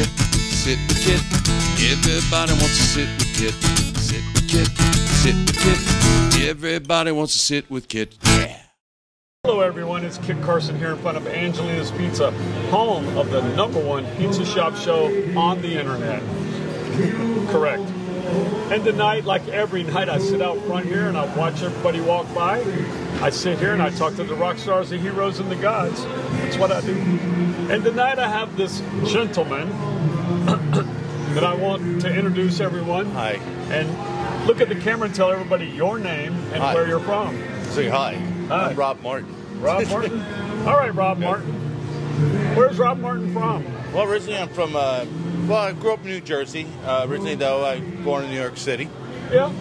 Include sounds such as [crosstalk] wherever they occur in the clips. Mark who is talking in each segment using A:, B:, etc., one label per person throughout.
A: sit with Kit. Everybody wants to sit with Kit. Sit with Kit. Sit with Kit. Everybody wants to sit with Kit. Yeah.
B: Hello, everyone. It's Kit Carson here in front of Angelina's Pizza, home of the number one pizza shop show on the internet. Correct. And tonight, like every night, I sit out front here and I watch everybody walk by. I sit here and I talk to the rock stars, the heroes, and the gods. That's what I do. And tonight, I have this gentleman [coughs] that I want to introduce everyone.
C: Hi.
B: And look at the camera and tell everybody your name and
C: Hi.
B: where you're from.
C: Say hi.
B: Hi.
C: I'm Rob Martin. [laughs]
B: Rob Martin? All right, Rob Martin. Where's Rob Martin from?
C: Well, originally I'm from, uh, well, I grew up in New Jersey. Uh, originally, though, I was born in New York City.
B: Yeah.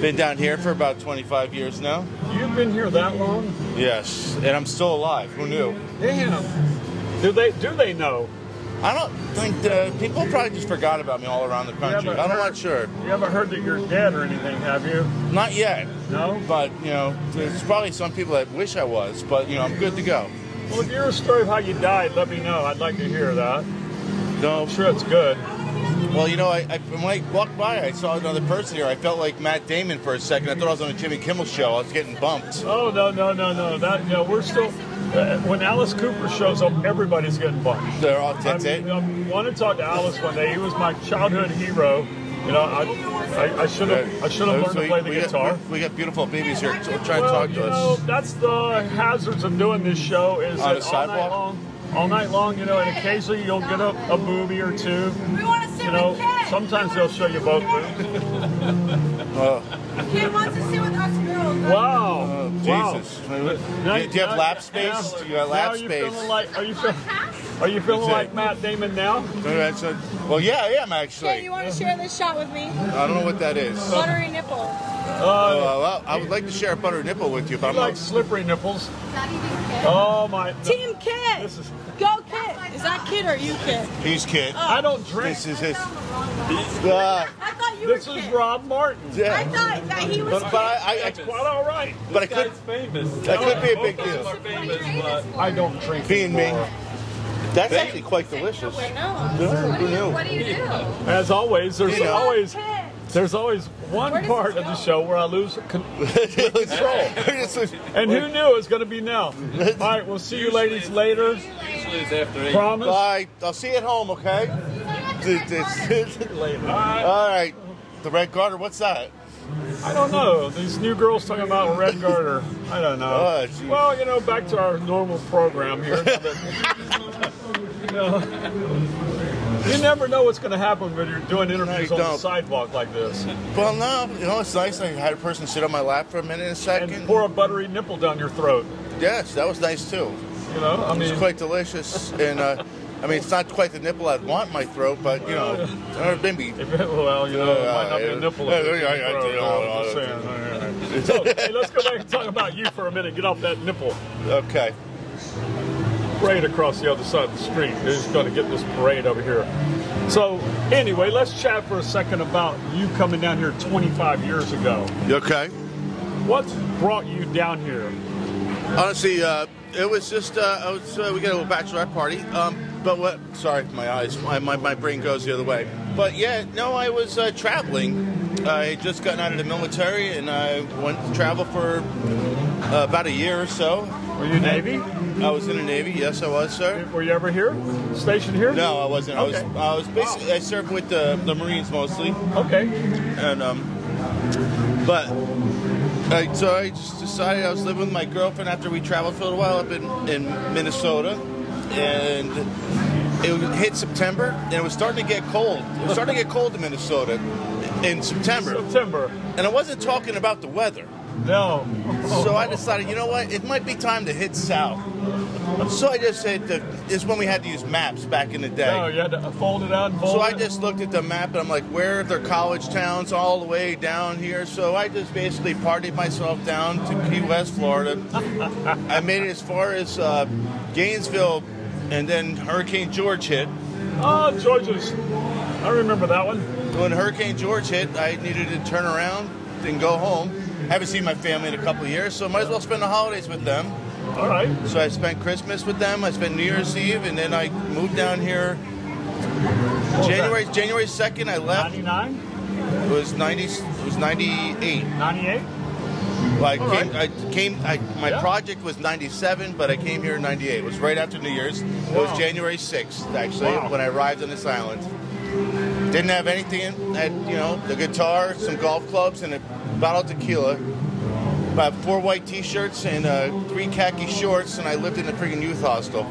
C: Been down here for about 25 years now.
B: You've been here that long?
C: Yes, and I'm still alive. Who knew?
B: Damn. Do they do they know?
C: I don't think uh, people probably just forgot about me all around the country.
B: but-
C: I'm not sure.
B: You haven't heard that you're dead or anything, have you?
C: Not yet,
B: No?
C: but you know, there's probably some people that wish I was. But you know, I'm good to go.
B: Well if you're a story of how you died, let me know. I'd like to hear that.
C: No,
B: I'm Oh, sure it's good.
C: Well, you know, I, I when I walked by, I saw another person here. I felt like Matt Damon for a second. I thought I was on a Jimmy Kimmel show. I was getting bumped.
B: Oh no no no no that no we're still uh, when Alice Cooper shows up everybody's getting bumped.
C: They're all that's
B: I,
C: it.
B: mean, um, I want to talk to Alice one day. He was my childhood hero. You know, I, I, I should have I should have learned to play the
C: got-
B: guitar.
C: we got beautiful babies here. So try and
B: well,
C: talk
B: you
C: to
B: know,
C: us.
B: that's the hazards of doing this show is
C: On
B: that
C: a
B: all night
C: sidewalk?
B: long, all night long, you know, and occasionally you'll get a, a boobie or two.
D: We want to sit
B: You know,
D: with Ken.
B: sometimes they'll show you both
C: [laughs]
B: boobs.
C: Uh.
D: Ken wants to sit with us girls.
B: Wow.
C: Oh, Jesus.
B: Wow.
C: Do you, do you have lap space?
B: Now-
C: Do you have
B: now
C: lap
B: are you
C: space?
B: Feeling like, are you feeling, are you feeling
C: That's
B: like
C: it.
B: Matt Damon now?
C: That's it. well, yeah, I am
D: Ken, you
C: actually.
D: want to share this shot with me?
C: I don't know what that is. Oh,
D: Buttery nipple.
C: well, I would like to share a butter nipple with you, but I'm
B: You like
C: not.
B: slippery nipples. Oh my.
D: Team Kit.
B: This is-
D: Go Kit. Is that Kit or you Kit?
C: He's kid.
B: Oh, I don't drink.
C: This is his. Uh,
D: I thought you
B: This
D: were
B: is
D: Kit.
B: Rob Martin.
D: I
C: yeah.
D: thought that he was
C: But, but I, I,
B: That's
C: I,
B: quite all right.
C: but I could.
E: famous.
C: That could be a big deal.
B: I don't drink.
C: Being me.
B: anymore.
C: That's actually quite delicious. Who knew?
F: What do you do?
B: As always, there's
C: You know.
B: always
D: Kit.
B: there's always
D: Where
B: one
D: does
B: part of
D: this
B: the
D: go?
B: show where I lose con-
C: [laughs] Control.
B: And who knew it was going to be now? All right, we'll see you ladies later.
E: Usually it's after eight.
B: Promise.
C: Bye. I'll see you at home, okay? This- this- [laughs]
B: Later. All right.
C: All right. The Red Garter, what's that?
B: I don't know. These new girls talking about Red Garter. I don't know.
C: Oh, geez.
B: well, you know, back to our normal program here.
C: [laughs]
B: You know, you never know what's going to happen when you're doing interviews
C: No,
B: on
C: you
B: the
C: don't.
B: sidewalk like this.
C: Well, no. You know, it's nice. I had a person sit on my lap for a minute and a
B: And
C: second.
B: pour a buttery nipple down your throat.
C: Yes, that was nice, too.
B: You know, I mean,
C: It's quite delicious. And, uh, I mean, it's not quite the nipple I'd want in my throat, but, you know, or maybe.
B: If it- [laughs] well, you know, it might not be a nipple. if it's
C: [laughs] Yeah, yeah, yeah,
B: a
C: yeah,
B: throw,
C: yeah,
B: I'm just
C: yeah.
B: saying. All right. So, hey, let's go back and talk about you for a minute. Get off that nipple.
C: Okay.
B: Parade across the other side of the street. Who's going to get this parade over here? So, anyway, let's chat for a second about you coming down here 25 years ago.
C: You okay?
B: What brought you down here?
C: Honestly, uh, it was just uh, I was, uh, we got a little bachelorette party. Um, but what? Sorry, my eyes, my, my, my brain goes the other way. But yeah, no, I was uh, traveling. I had just gotten out of the military, and I went to travel for uh, about a year or so.
B: Were you Navy?
C: I was in the Navy. Yes, I was, sir.
B: Were you ever here? Stationed here?
C: No, I wasn't. I was
B: Okay.
C: I was basically I served with the, the Marines mostly.
B: Okay.
C: and um, but I, so I just decided I was living with my girlfriend after we traveled for a little while up in, in Minnesota, and it hit September, and it was starting to get cold. It was starting to get cold in Minnesota in September,
B: September.
C: and I wasn't talking about the weather.
B: No.
C: So I decided, you know what, it might be time to hit south. So I just hit the. Is when we had to use maps back in the
B: [laughs]
C: day.
B: No, you had to fold it out and fold
C: So I
B: it.
C: just looked at the map and I'm like, where are their college towns all the way down here? So I just basically partied myself down to Key West, Florida. I made it as far as uh, Gainesville, and then Hurricane George hit.
B: Oh, Georgia's. I remember that one.
C: When Hurricane George hit, I needed to turn around and go home. Haven't seen my family in a couple of years, so might as well spend the holidays with them.
B: All right.
C: So I spent Christmas with them. I spent New Year's Eve, and then I moved down here
B: was that?
C: January January second, I left.
B: 99?
C: It was ninety. It was ninety eight.
B: 98?
C: Like
B: All
C: came, I came. I, my
B: Yeah.
C: project was ninety seven, but I came here in ninety eight. It was right after New Year's. It
B: Wow.
C: was January sixth, actually,
B: Wow.
C: when I arrived on this island. Didn't have anything. in- Had you know the guitar, some golf clubs, and a bottle of tequila. About four white T-shirts and uh, three khaki shorts, and I lived in a freaking youth hostel.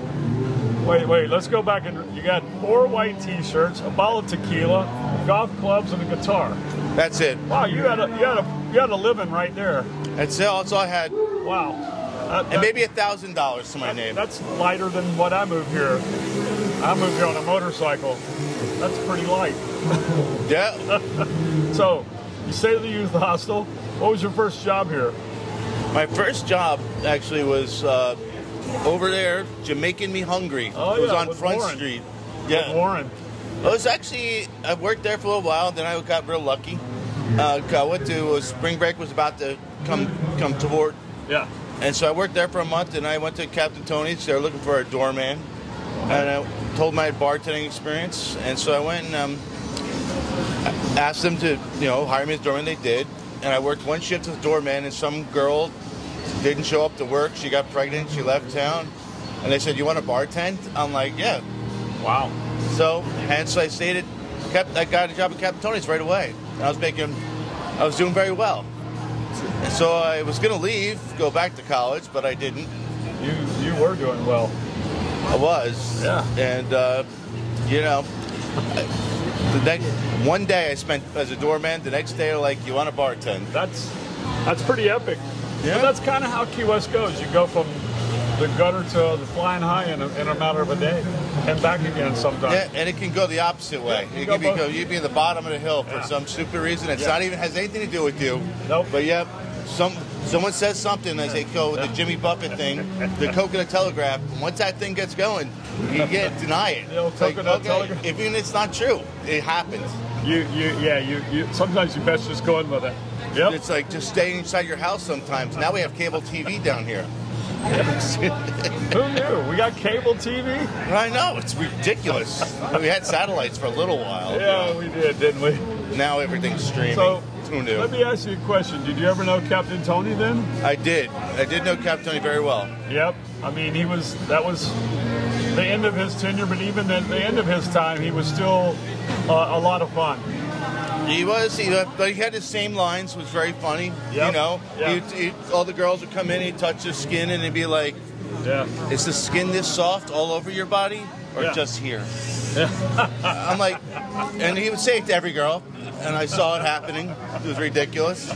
B: Wait, wait, let's go back and you got four white t-shirts, a bottle of tequila, golf clubs, and a guitar.
C: That's it.
B: Wow, you had a you had a you had a living right there.
C: That's it. That's all I had,
B: Wow. That-
C: and
B: that-
C: maybe a thousand dollars to my
B: that-
C: name.
B: That's lighter than what I moved here. I moved here on a motorcycle. That's pretty light.
C: Yeah.
B: So, you stayed at the youth hostel. What was your first job here?
C: My first job actually was uh, over there, Jamaican Me Hungry.
B: Oh,
C: it was
B: yeah,
C: on
B: with
C: Front
B: Warren.
C: Street.
B: With
C: Yeah.
B: Warren.
C: It was actually, I worked there for a little while, then I got real lucky. Uh, I went to, spring break was about to come come toward.
B: Yeah.
C: And so I worked there for a month, and I went to Captain Tony's. They were looking for a doorman. And I told my bartending experience. And so I went and um, asked them to, you know, hire me as doorman. They did. And I worked one shift as doorman, and some girl didn't show up to work. She got pregnant. She left town. And they said, "You want to bartend?" I'm like, "Yeah."
B: Wow.
C: So hence I stayed at. Cap- I got a job at Captain Tony's right away. And I was making. I was doing very well. And so I was gonna leave, go back to college, but I didn't.
B: You you were doing well.
C: I was.
B: Yeah.
C: And uh, you know, I, the next one day I spent as a doorman. The next day, like, you want to bartend?
B: That's that's pretty epic.
C: Yeah.
B: But that's kind of how Key West goes. You go from the gutter to the flying high in a, in a matter of a day, and back again sometimes.
C: Yeah, and it can go the opposite way.
B: Yeah, you
C: you
B: go
C: can be,
B: both-
C: go, you'd be in the bottom of the hill for
B: Yeah.
C: some stupid reason. It's
B: Yeah.
C: not even has anything to do with you.
B: Nope.
C: But yeah, some someone says something as they go with the Jimmy Buffett thing, the Coconut Telegraph. and Once that thing gets going, you can't deny it.
B: The old
C: It's like,
B: Coconut
C: okay,
B: Telegraph.
C: Even if it's not true, it happens.
B: You you yeah you, you sometimes you best just go in with it. Yep.
C: It's like just staying inside your house sometimes. Now we have cable TV
B: [laughs]
C: down here.
B: Who knew? We got cable TV.
C: I know it's ridiculous. we had satellites for a little while.
B: Yeah, we did, didn't we?
C: Now everything's streaming.
B: So
C: Who knew?
B: let me ask you a question. Did you ever know Captain Tony then?
C: I did. I did know Captain Tony very well.
B: Yep. I mean, he was that was the end of his tenure, but even at the end of his time, he was still uh, a lot of fun.
C: He was, he, but he had the same lines. Was very funny.
B: Yeah.
C: You know,
B: Yeah.
C: He- he- all the girls would come in, he'd touch his skin, and he'd be like,
B: Yeah.
C: "Is the skin this soft all over your body, or
B: Yeah.
C: just here?"
B: [laughs]
C: I'm like, and he would say it to every girl, and I saw it happening. It was ridiculous.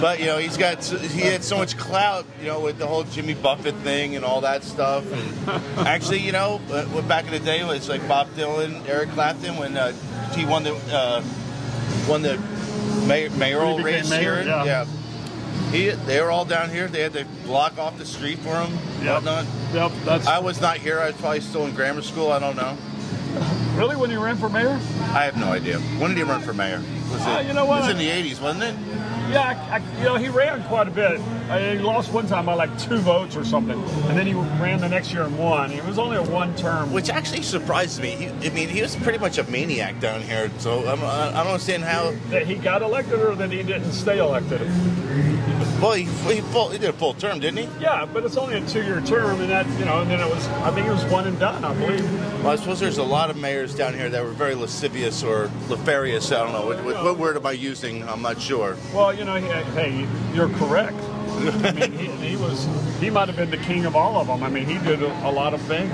C: But you know, he's got s- he had so much clout, you know, with the whole Jimmy Buffett thing and all that stuff. And actually, you know, uh, well, back in the day, it was like Bob Dylan, Eric Clapton, when uh, he won the uh, won the mayor, mayoral
B: When he became
C: race
B: mayor,
C: here.
B: yeah.
C: He, they were all down here. They had to block off the street for him.
B: Yep.
C: whatnot.
B: Yep. That's
C: I was not here. I was probably still in grammar school. I don't know.
B: really when you ran for mayor.
C: I have no idea. When did he run for mayor? Was it?
B: Ah, you know what?
C: It was in the '80s, wasn't it?
B: Yeah, I, I, you know, he ran quite a bit. I, he lost one time by like two votes or something, and then he ran the next year and won. It was only a one term.
C: Which actually surprised me. He, I mean, he was pretty much a maniac down here. So I'm, I I don't understand how.
B: that he got elected or that he didn't stay elected.
C: Well, he, he, full, he did a full term, didn't he?
B: Yeah, but it's only a two-year term, and that you know, and then it was. I think it was one and done. I believe.
C: Well, I suppose there's a lot of mayors down here that were very lascivious or lefarious. I don't know what, what, what word am I using. I'm not sure.
B: Well, you know, he, uh, hey, you're correct. I mean, he, he was. He might have been the king of all of them. I mean, he did a, a lot of things.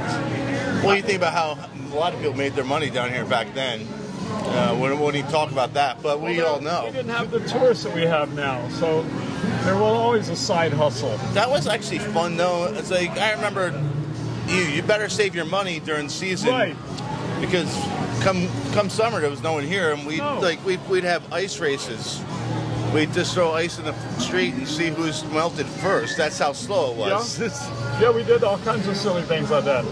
C: Well, you think about how a lot of people made their money down here back then. Uh, we won't even talk about that, but we all
B: We
C: know.
B: didn't have the tourists that we have now, so there was always a side hustle.
C: That was actually fun, though. It's like I remember. You, you better save your money during season
B: Right.
C: because come come summer there was no one here, and we
B: No.
C: would like we we'd have ice races. We'd just throw ice in the street and see who's melted first. That's how slow it was.
B: Yeah, we did all kinds of silly things like that.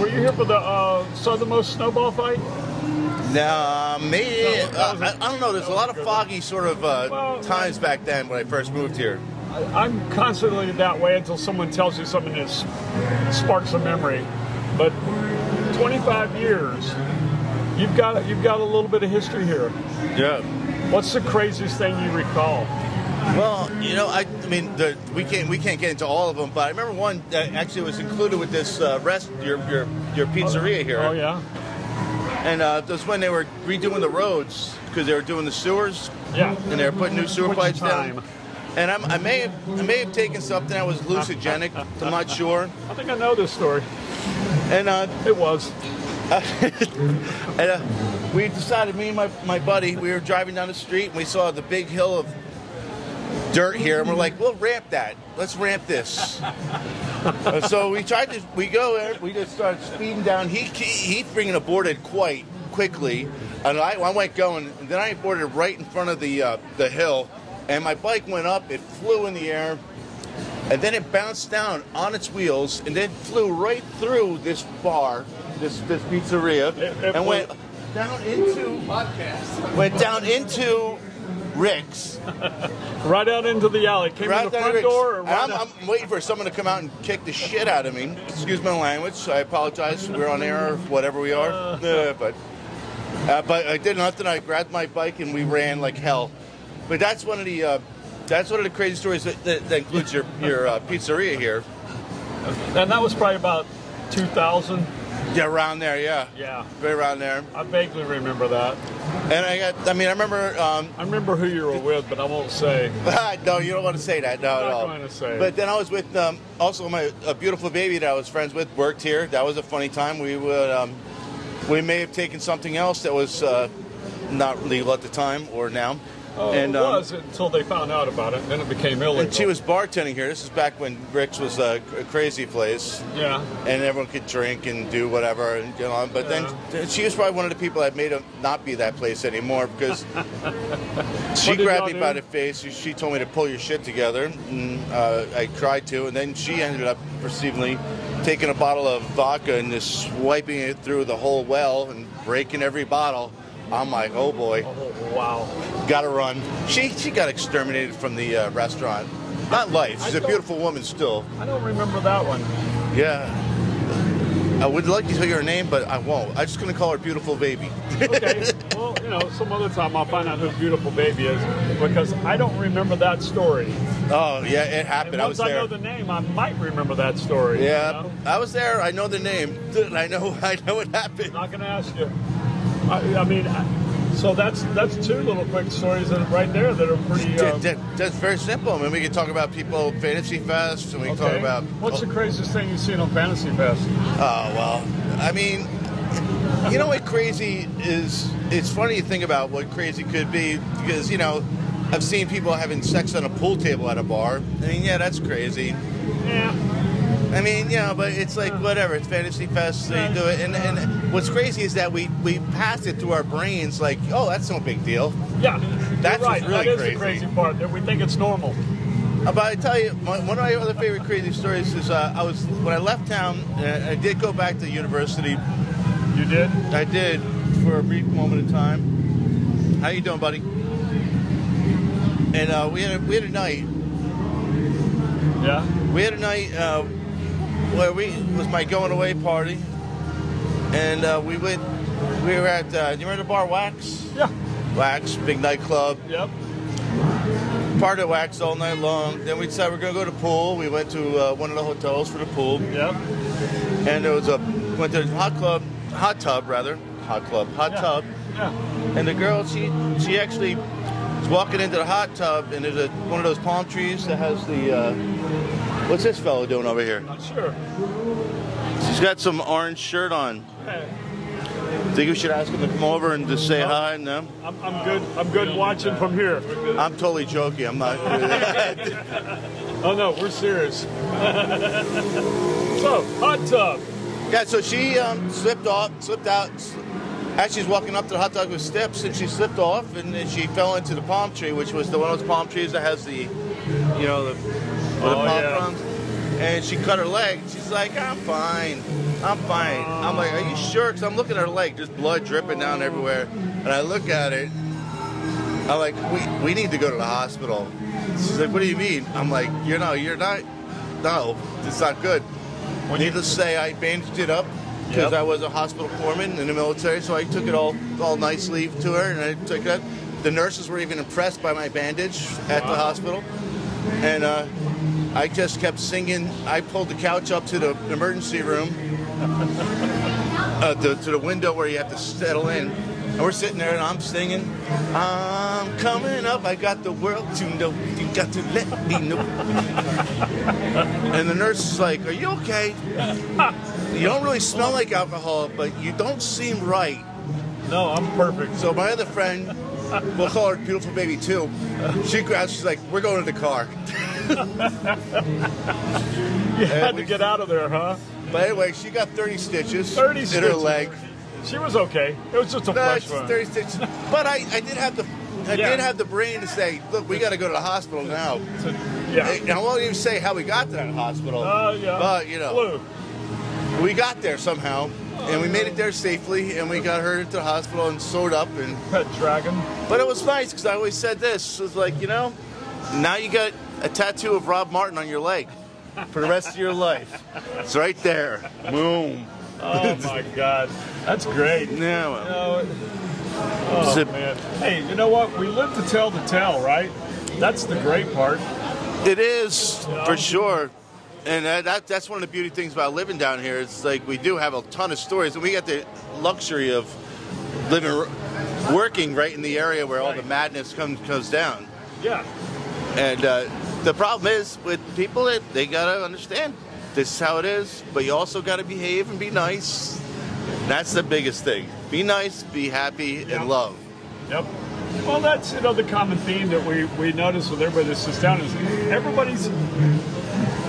B: Were you here for the uh, southernmost snowball fight?
C: Now, me,
B: No, that
C: uh,
B: was a-
C: I, I don't know. There's a lot of
B: that was a good one.
C: foggy sort of uh,
B: Well,
C: times back then when I first moved here.
B: I, I'm constantly that way until someone tells you something that s- sparks a memory. But 25 years, You've got you've got a little bit of history here.
C: Yeah.
B: What's the craziest thing you recall?
C: Well, you know, I, I mean, the, we can't we can't get into all of them, but I remember one that actually was included with this uh, rest your your your pizzeria here.
B: Oh yeah,
C: And uh, that's when they were redoing the roads because they were doing the sewers
B: yeah.
C: and they were putting new sewer
B: Put your
C: pipes
B: time.
C: down. And I'm, I may have I may have taken something that was hallucinogenic. I'm not sure.
B: I think I know this story.
C: And uh,
B: It was.
C: And uh, we decided, me and my, my buddy, we were driving down the street and we saw the big hill of dirt here, and we're like, we'll ramp that. Let's ramp this. And so we tried to, we go there, we just started speeding down. He he- he's bringing a board in quite quickly, and I, I went going, and then I boarded right in front of the uh, the hill, and my bike went up, it flew in the air. And then it bounced down on its wheels and then flew right through this bar, this this pizzeria,
B: It- it flew-
C: and went down into went down into Rick's.
B: Right out into the alley. Came in
C: Right
B: the
C: down
B: front
C: Rick's.
B: door or
C: And
B: right
C: I'm, I'm waiting for someone to come out and kick the shit out of me. Excuse my language. I apologize. We're on air, whatever we are. Uh, but uh, but I did nothing. I grabbed my bike and we ran like hell. But that's one of the uh, that's one of the crazy stories that, that, that includes your your uh, pizzeria here.
B: and that was probably about 2000.
C: Yeah, around there. Yeah.
B: Yeah,
C: Right around there.
B: I vaguely remember that.
C: And I got. I mean, I remember. Um,
B: I remember who you were with, but I won't say.
C: [laughs] no, you don't want to say that. No,
B: I'm not
C: at all.
B: going to say it.
C: But then I was with um, also my a beautiful baby that I was friends with worked here. That was a funny time. We would um, we may have taken something else that was uh, not legal at the time or now.
B: Oh,
C: and
B: it
C: um,
B: was until they found out about it. Then it became illegal.
C: and she was bartending here. This is back when Rick's was a, a crazy place.
B: Yeah.
C: and everyone could drink and do whatever and you know, but then she was probably one of the people that made it not be that place anymore
B: [laughs]
C: because she
B: What did
C: grabbed
B: y'all
C: me by
B: do?
C: the face and she told me to pull your shit together and uh, I tried to and then she ended up perceivably taking a bottle of vodka and just swiping it through the whole well and breaking every bottle I'm like oh boy
B: Oh, wow.
C: gotta run she she got exterminated from the uh, restaurant not life she's
B: I
C: a
B: don't-
C: beautiful woman still
B: I don't remember that one.
C: yeah. I would like to tell you her name, but I won't. I'm just going to call her Beautiful Baby.
B: [laughs] Okay.
C: [laughs]
B: well, you know, some other time I'll find out who Beautiful Baby is because I don't remember that story.
C: Oh, yeah, it happened.
B: And
C: I was
B: once I,
C: there.
B: know the name, I might remember that story.
C: yeah,
B: you know?
C: I was there. I know the name. Dude, I know [laughs] I know what happened.
B: Not gonna ask you. I, I mean, I, so that's that's two little quick stories that are right there that are pretty. Uh,
C: Dude, that- that's very simple. I mean, we can talk about people Fantasy Fest, and we can
B: okay.
C: talk about.
B: What's the craziest thing you've seen on Fantasy Fest?
C: Oh well, I mean, you know what crazy is? It's funny to think about what crazy could be because you know, I've seen people having sex on a pool table at a bar. I mean, yeah, that's crazy.
B: Yeah.
C: I mean, yeah, but it's like whatever. It's fantasy fest. So you do it, and, and what's crazy is that we we pass it through our brains. Like, oh, that's no big deal.
B: Yeah.
C: That's
B: You're right.
C: really
B: that is
C: crazy.
B: the crazy part that we think it's normal.
C: Uh, But I tell you, my, one of my other favorite crazy stories is uh, I was when I left town. Uh, I did go back to university.
B: You did.
C: I did for a brief moment of time. How you doing, buddy? And uh, we had a, we had a night
B: Yeah.
C: We had a night uh, where we it was my going away party, and uh, we went. We were at uh, you remember the bar Wax?
B: Yeah.
C: Wax, big nightclub.
B: Yep.
C: Part of Wax all night long. Then we decided we are gonna go to the pool. We went to uh, one of the hotels for the pool,
B: Yep.
C: and there was a went to the hot club, hot tub rather, hot club, hot
B: Yeah.
C: tub.
B: Yeah.
C: And the girl, she she actually was walking into the hot tub, and there's a one of those palm trees that has the. Uh, what's this fellow doing over here?
B: Not sure.
C: She's got some orange shirt on.
B: Hey,
C: Think we should ask him to come over and just say hi? No,
B: I'm, I'm good. I'm good watching from here.
C: I'm totally joking. I'm not.
B: Oh no, we're serious. [laughs] so hot tub.
C: yeah, so she um, slipped off, slipped out. s- As she's walking up to the hot dog with steps, and she slipped off, and then she fell into the palm tree, which was the one of those palm trees that has the, you know, the, where the
B: Oh,
C: palm
B: yeah.
C: fronds. And she cut her leg. She's like, "I'm fine, I'm fine." I'm like, "Are you sure?" Because I'm looking at her leg, just blood dripping down everywhere, and I look at it, I'm like, we, we need to go to the hospital. She's like, what do you mean? I'm like, you know, you're not, no, it's not good.
B: When you-
C: Needless to say, I bandaged it up, because
B: Yep.
C: I was a hospital corpsman in the military, so I took it all all nicely to her, and I took it. The nurses were even impressed by my bandage at the hospital, and uh, I just kept singing. I pulled the couch up to the emergency room, uh, to, to the window where you have to settle in. And we're sitting there, and I'm singing, "I'm coming up. I got the world to know. You got to let me know." and the nurse is like, "Are you okay? You don't really smell like alcohol, but you don't seem right."
B: No, I'm perfect.
C: So my other friend, we'll call her beautiful baby too. She grabs. She's like, "We're going to the car." [laughs]
B: You had to
C: we-
B: get out of there, huh?
C: But anyway, she got 30 stitches
B: 30
C: in her
B: stitches.
C: leg.
B: She was okay. It was just a
C: No,
B: flesh
C: it's
B: wound.
C: 30 stitches. But I, I did have the. I
B: Yeah.
C: did have the brain to say, look, we got to go to the hospital now.
B: Yeah.
C: And I won't even say how we got to that hospital.
B: Uh, yeah.
C: But, you know,
B: Flu.
C: we got there somehow, and we made it there safely, and we got her to the hospital and sewed up. and
B: Pet dragon.
C: But it was nice because I always said this. It was like, you know, now you got a tattoo of Rob Martin on your leg for the rest of your life. It's right there. Boom. [laughs]
B: Oh my god. That's great.
C: Yeah, well,
B: No,
C: it's
B: oh,
C: a-
B: man. Hey, you know what? We live to tell the tale, right? That's the great part.
C: It is for sure, and that, that that's one of the beauty things about living down here. It's like we do have a ton of stories, and we got the luxury of living, working right in the area where all the
B: Right.
C: madness comes comes down.
B: Yeah.
C: And uh, the problem is with people that they gotta understand this is how it is, but you also gotta behave and be nice. That's the biggest thing. Be nice, be happy,
B: Yeah.
C: and love.
B: Yep. Well, that's you know the common theme that we we notice with everybody that sits down is everybody's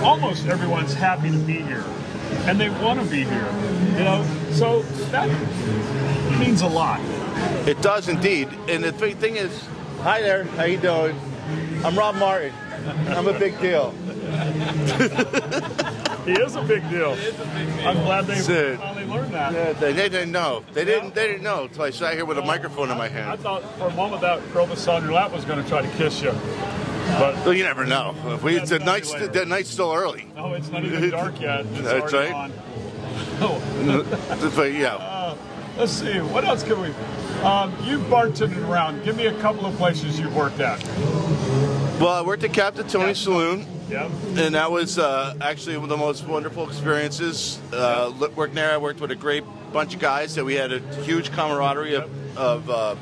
B: almost everyone's happy to be here, and they want to be here. You know, so that means a lot.
C: It does indeed. And the big thing is, hi there, how you doing? I'm Rob Martin. I'm a big deal.
B: He is a big deal. I'm glad they
C: Sid.
B: finally learned that.
C: Yeah, they, they didn't know. They didn't. They didn't know until I sat here with a microphone in my
B: I
C: hand.
B: thought for a moment that girl that saw on your lap was going to try to kiss you, but
C: Well, you never know. If we,
B: That's
C: the
B: probably
C: night's
B: later.
C: the night's still early. [laughs]
B: no, it's not even dark yet. It's
C: That's
B: already
C: right.
B: on. [laughs] Oh,
C: but yeah,
B: Let's see, what else can we? Um, you've bartended around. Give me a couple of places you've worked at.
C: well, I worked at Captain Tony's Saloon,
B: Yeah.
C: and that was uh, actually one of the most wonderful experiences. Uh, li- working there, I worked with a great bunch of guys that we had a huge camaraderie of, of, uh,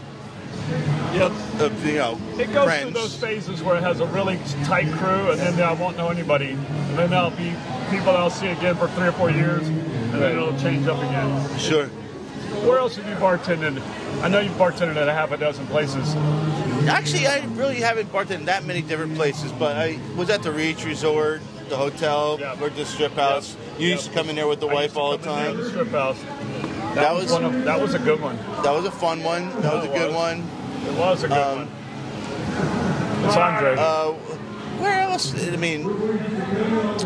B: Yep.
C: of you know
B: It goes
C: friends.
B: through those phases where it has a really tight crew, and then I won't know anybody, and then there'll be people I'll see again for three or four years, and then
C: Right.
B: it'll change up again.
C: sure.
B: Where else have you bartended? I know you've bartended at a half a dozen places.
C: Actually, I really haven't bartended that many different places, but I was at the Reach Resort, the hotel,
B: Yeah.
C: or the strip house. You used to
B: Yeah.
C: come in there with the
B: I used
C: wife
B: to
C: all the
B: come in there at
C: time.
B: Strip house. That,
C: That
B: was,
C: was-
B: one of, that was a good one.
C: That was a fun one. That was a
B: It
C: good
B: was.
C: one.
B: It was a good
C: Um,
B: one. It's Andre.
C: Uh, where else? I mean,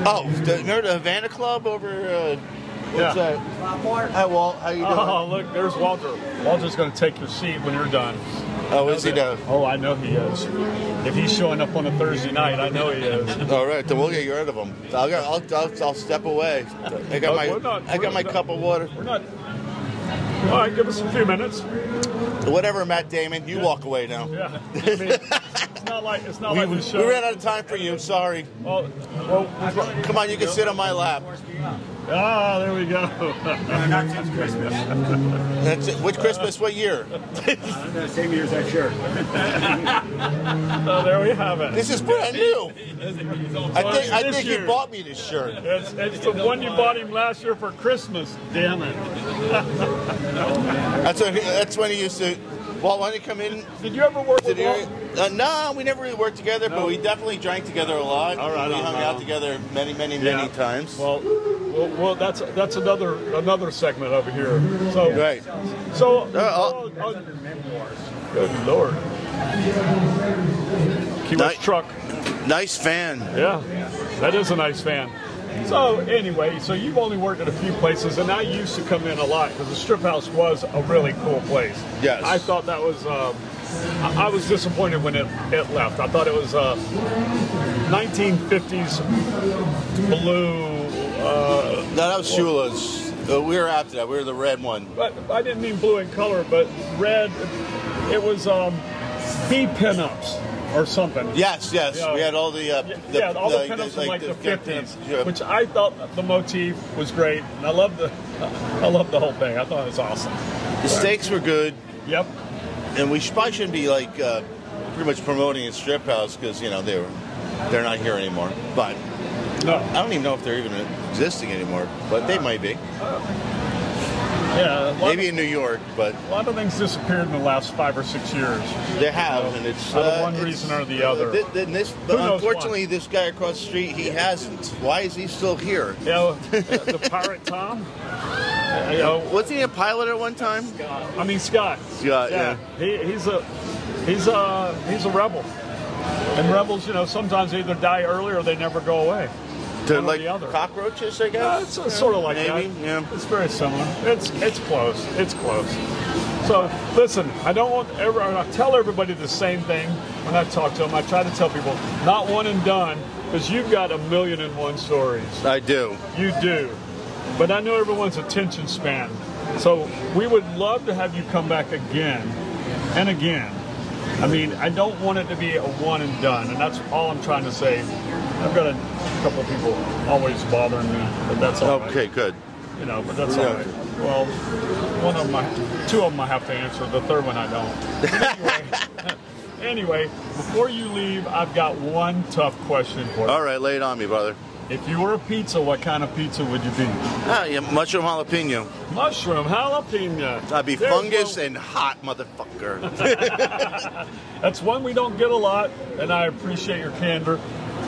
C: oh, the, remember the Havana Club over? Uh, what's
B: Yeah.
C: that? Hi, Walt. How you
B: [laughs]
C: doing?
B: Oh, look, there's Walter. Walter's going to take your seat when you're done.
C: oh, is he down?
B: Oh, I know he is. If he's showing up on a Thursday night, I know he
C: [laughs]
B: is.
C: All right, then we'll get rid of him. I'll, get- I'll, I'll, I'll step away. I got
B: Oh,
C: my
B: we're not-
C: I got my
B: we're not-
C: cup of water.
B: We're not. All right, give us a few minutes.
C: Whatever, Matt Damon. You walk away now.
B: Yeah. I mean, it's not like it's not
C: We,
B: like
C: we
B: the show. Oh,
C: ran out of time for you. Sorry.
B: well, well,
C: Come on, you can sit on my lap.
B: ah, there we go.
E: Not since Christmas.
B: [laughs]
C: That's it. Which Christmas? What year?
E: Uh, same year as that shirt.
B: So Oh, there we have it.
C: This is brand new. I think I
B: This
C: think you
B: year.
C: bought me this shirt.
B: It's, it's the one you bought him last year for Christmas. Damn it!
C: That's when, that's when he used to. Well, when he come in,
B: Did you ever work with
C: did he,
B: Walt?
C: uh, no, we never really worked together, but we definitely drank together a lot.
B: All right,
C: we
B: all
C: hung
B: right.
C: out together many, many,
B: Yeah.
C: many times.
B: Well, well, well, that's that's another another segment over here. So
C: right.
B: So,
C: Uh, I'll-
B: oh, oh, good lord. He was
C: Night.
B: truck.
C: Nice fan.
B: Yeah, that is a nice fan. So anyway, so you've only worked at a few places, and I used to come in a lot because the strip house was a really cool place.
C: Yes.
B: I thought that was. Um, I, I was disappointed when it, it left. I thought it was uh, 1950s blue. Uh,
C: No, that was Shula's. Uh, we were after that. We were the red one.
B: But I didn't mean blue in color, but red. It was um, bee pinups or something.
C: Yes, yes.
B: Yeah.
C: We had all the. Uh,
B: Yeah, yeah, all the pinups from like the fifties, which I thought the motif was great, and I loved the, [laughs] I loved the whole thing. I thought it was awesome.
C: the steaks were good,
B: Yep.
C: and we sh- probably shouldn't be like uh, pretty much promoting a strip house because you know they were they're not here anymore. But
B: No.
C: I don't even know if they're even existing anymore. But they might be.
B: Yeah. A lot,
C: Maybe in New York, but
B: Of, a lot of things disappeared in the last five or six years.
C: They have, and it's
B: Out of
C: uh,
B: one
C: it's-
B: reason or the other.
C: Th- th- this, but
B: knows
C: unfortunately, this guy across the street, he hasn't. Why is he still here?
B: You know, the pirate Tom. You know,
C: Wasn't he a pilot at one time?
B: I mean Scott.
C: Scott, yeah.
B: He, he's a he's a he's a rebel, and rebels, you know, sometimes they either die early or they never go away.
C: To
B: One or
C: like
B: the other.
C: cockroaches, I
B: Yeah,
C: guess.
B: it's uh, sort of like
C: maybe.
B: that.
C: Yeah.
B: It's very similar. It's it's close. It's close. So listen, I don't want ever. I tell everybody the same thing when I talk to them. I try to tell people not one and done because you've got a million and one stories.
C: I do.
B: You do. But I know everyone's attention span. So we would love to have you come back again and again. I mean, I don't want it to be a one and done, and that's all I'm trying to say. I've got a couple of people always bothering me, but that's all right.
C: Okay, good.
B: You know, but that's
C: Yeah.
B: all right. Well, one of my, two of them I have to answer. The third one I don't.
C: [laughs]
B: But anyway, anyway, before you leave, I've got one tough question for you.
C: All right, lay it on me, brother.
B: If you were a pizza, what kind of pizza would you be?
C: Ah, yeah, mushroom jalapeno.
B: Mushroom jalapeno.
C: I'd be
B: There's
C: fungus
B: one-
C: and hot, motherfucker. [laughs]
B: that's one we don't get a lot, and I appreciate your candor.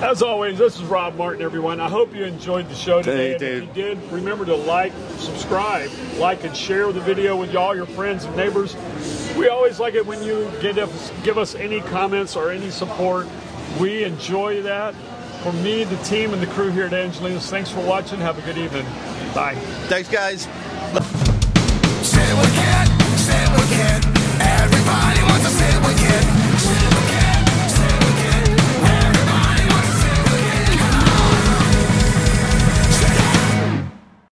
B: As always, this is Rob Martin, everyone. I hope you enjoyed the show today.
C: Thank you,
B: and if you did, remember to like, subscribe, like, and share the video with all your friends and neighbors. We always like it when you give us, give us any comments or any support. We enjoy that. From me, the team, and the crew here at Angelina's, thanks for watching. Have a good evening. Bye.
C: Thanks, guys.
F: Sit with kid, sit with kid. Everybody wants to sit with kid. Sit with kid.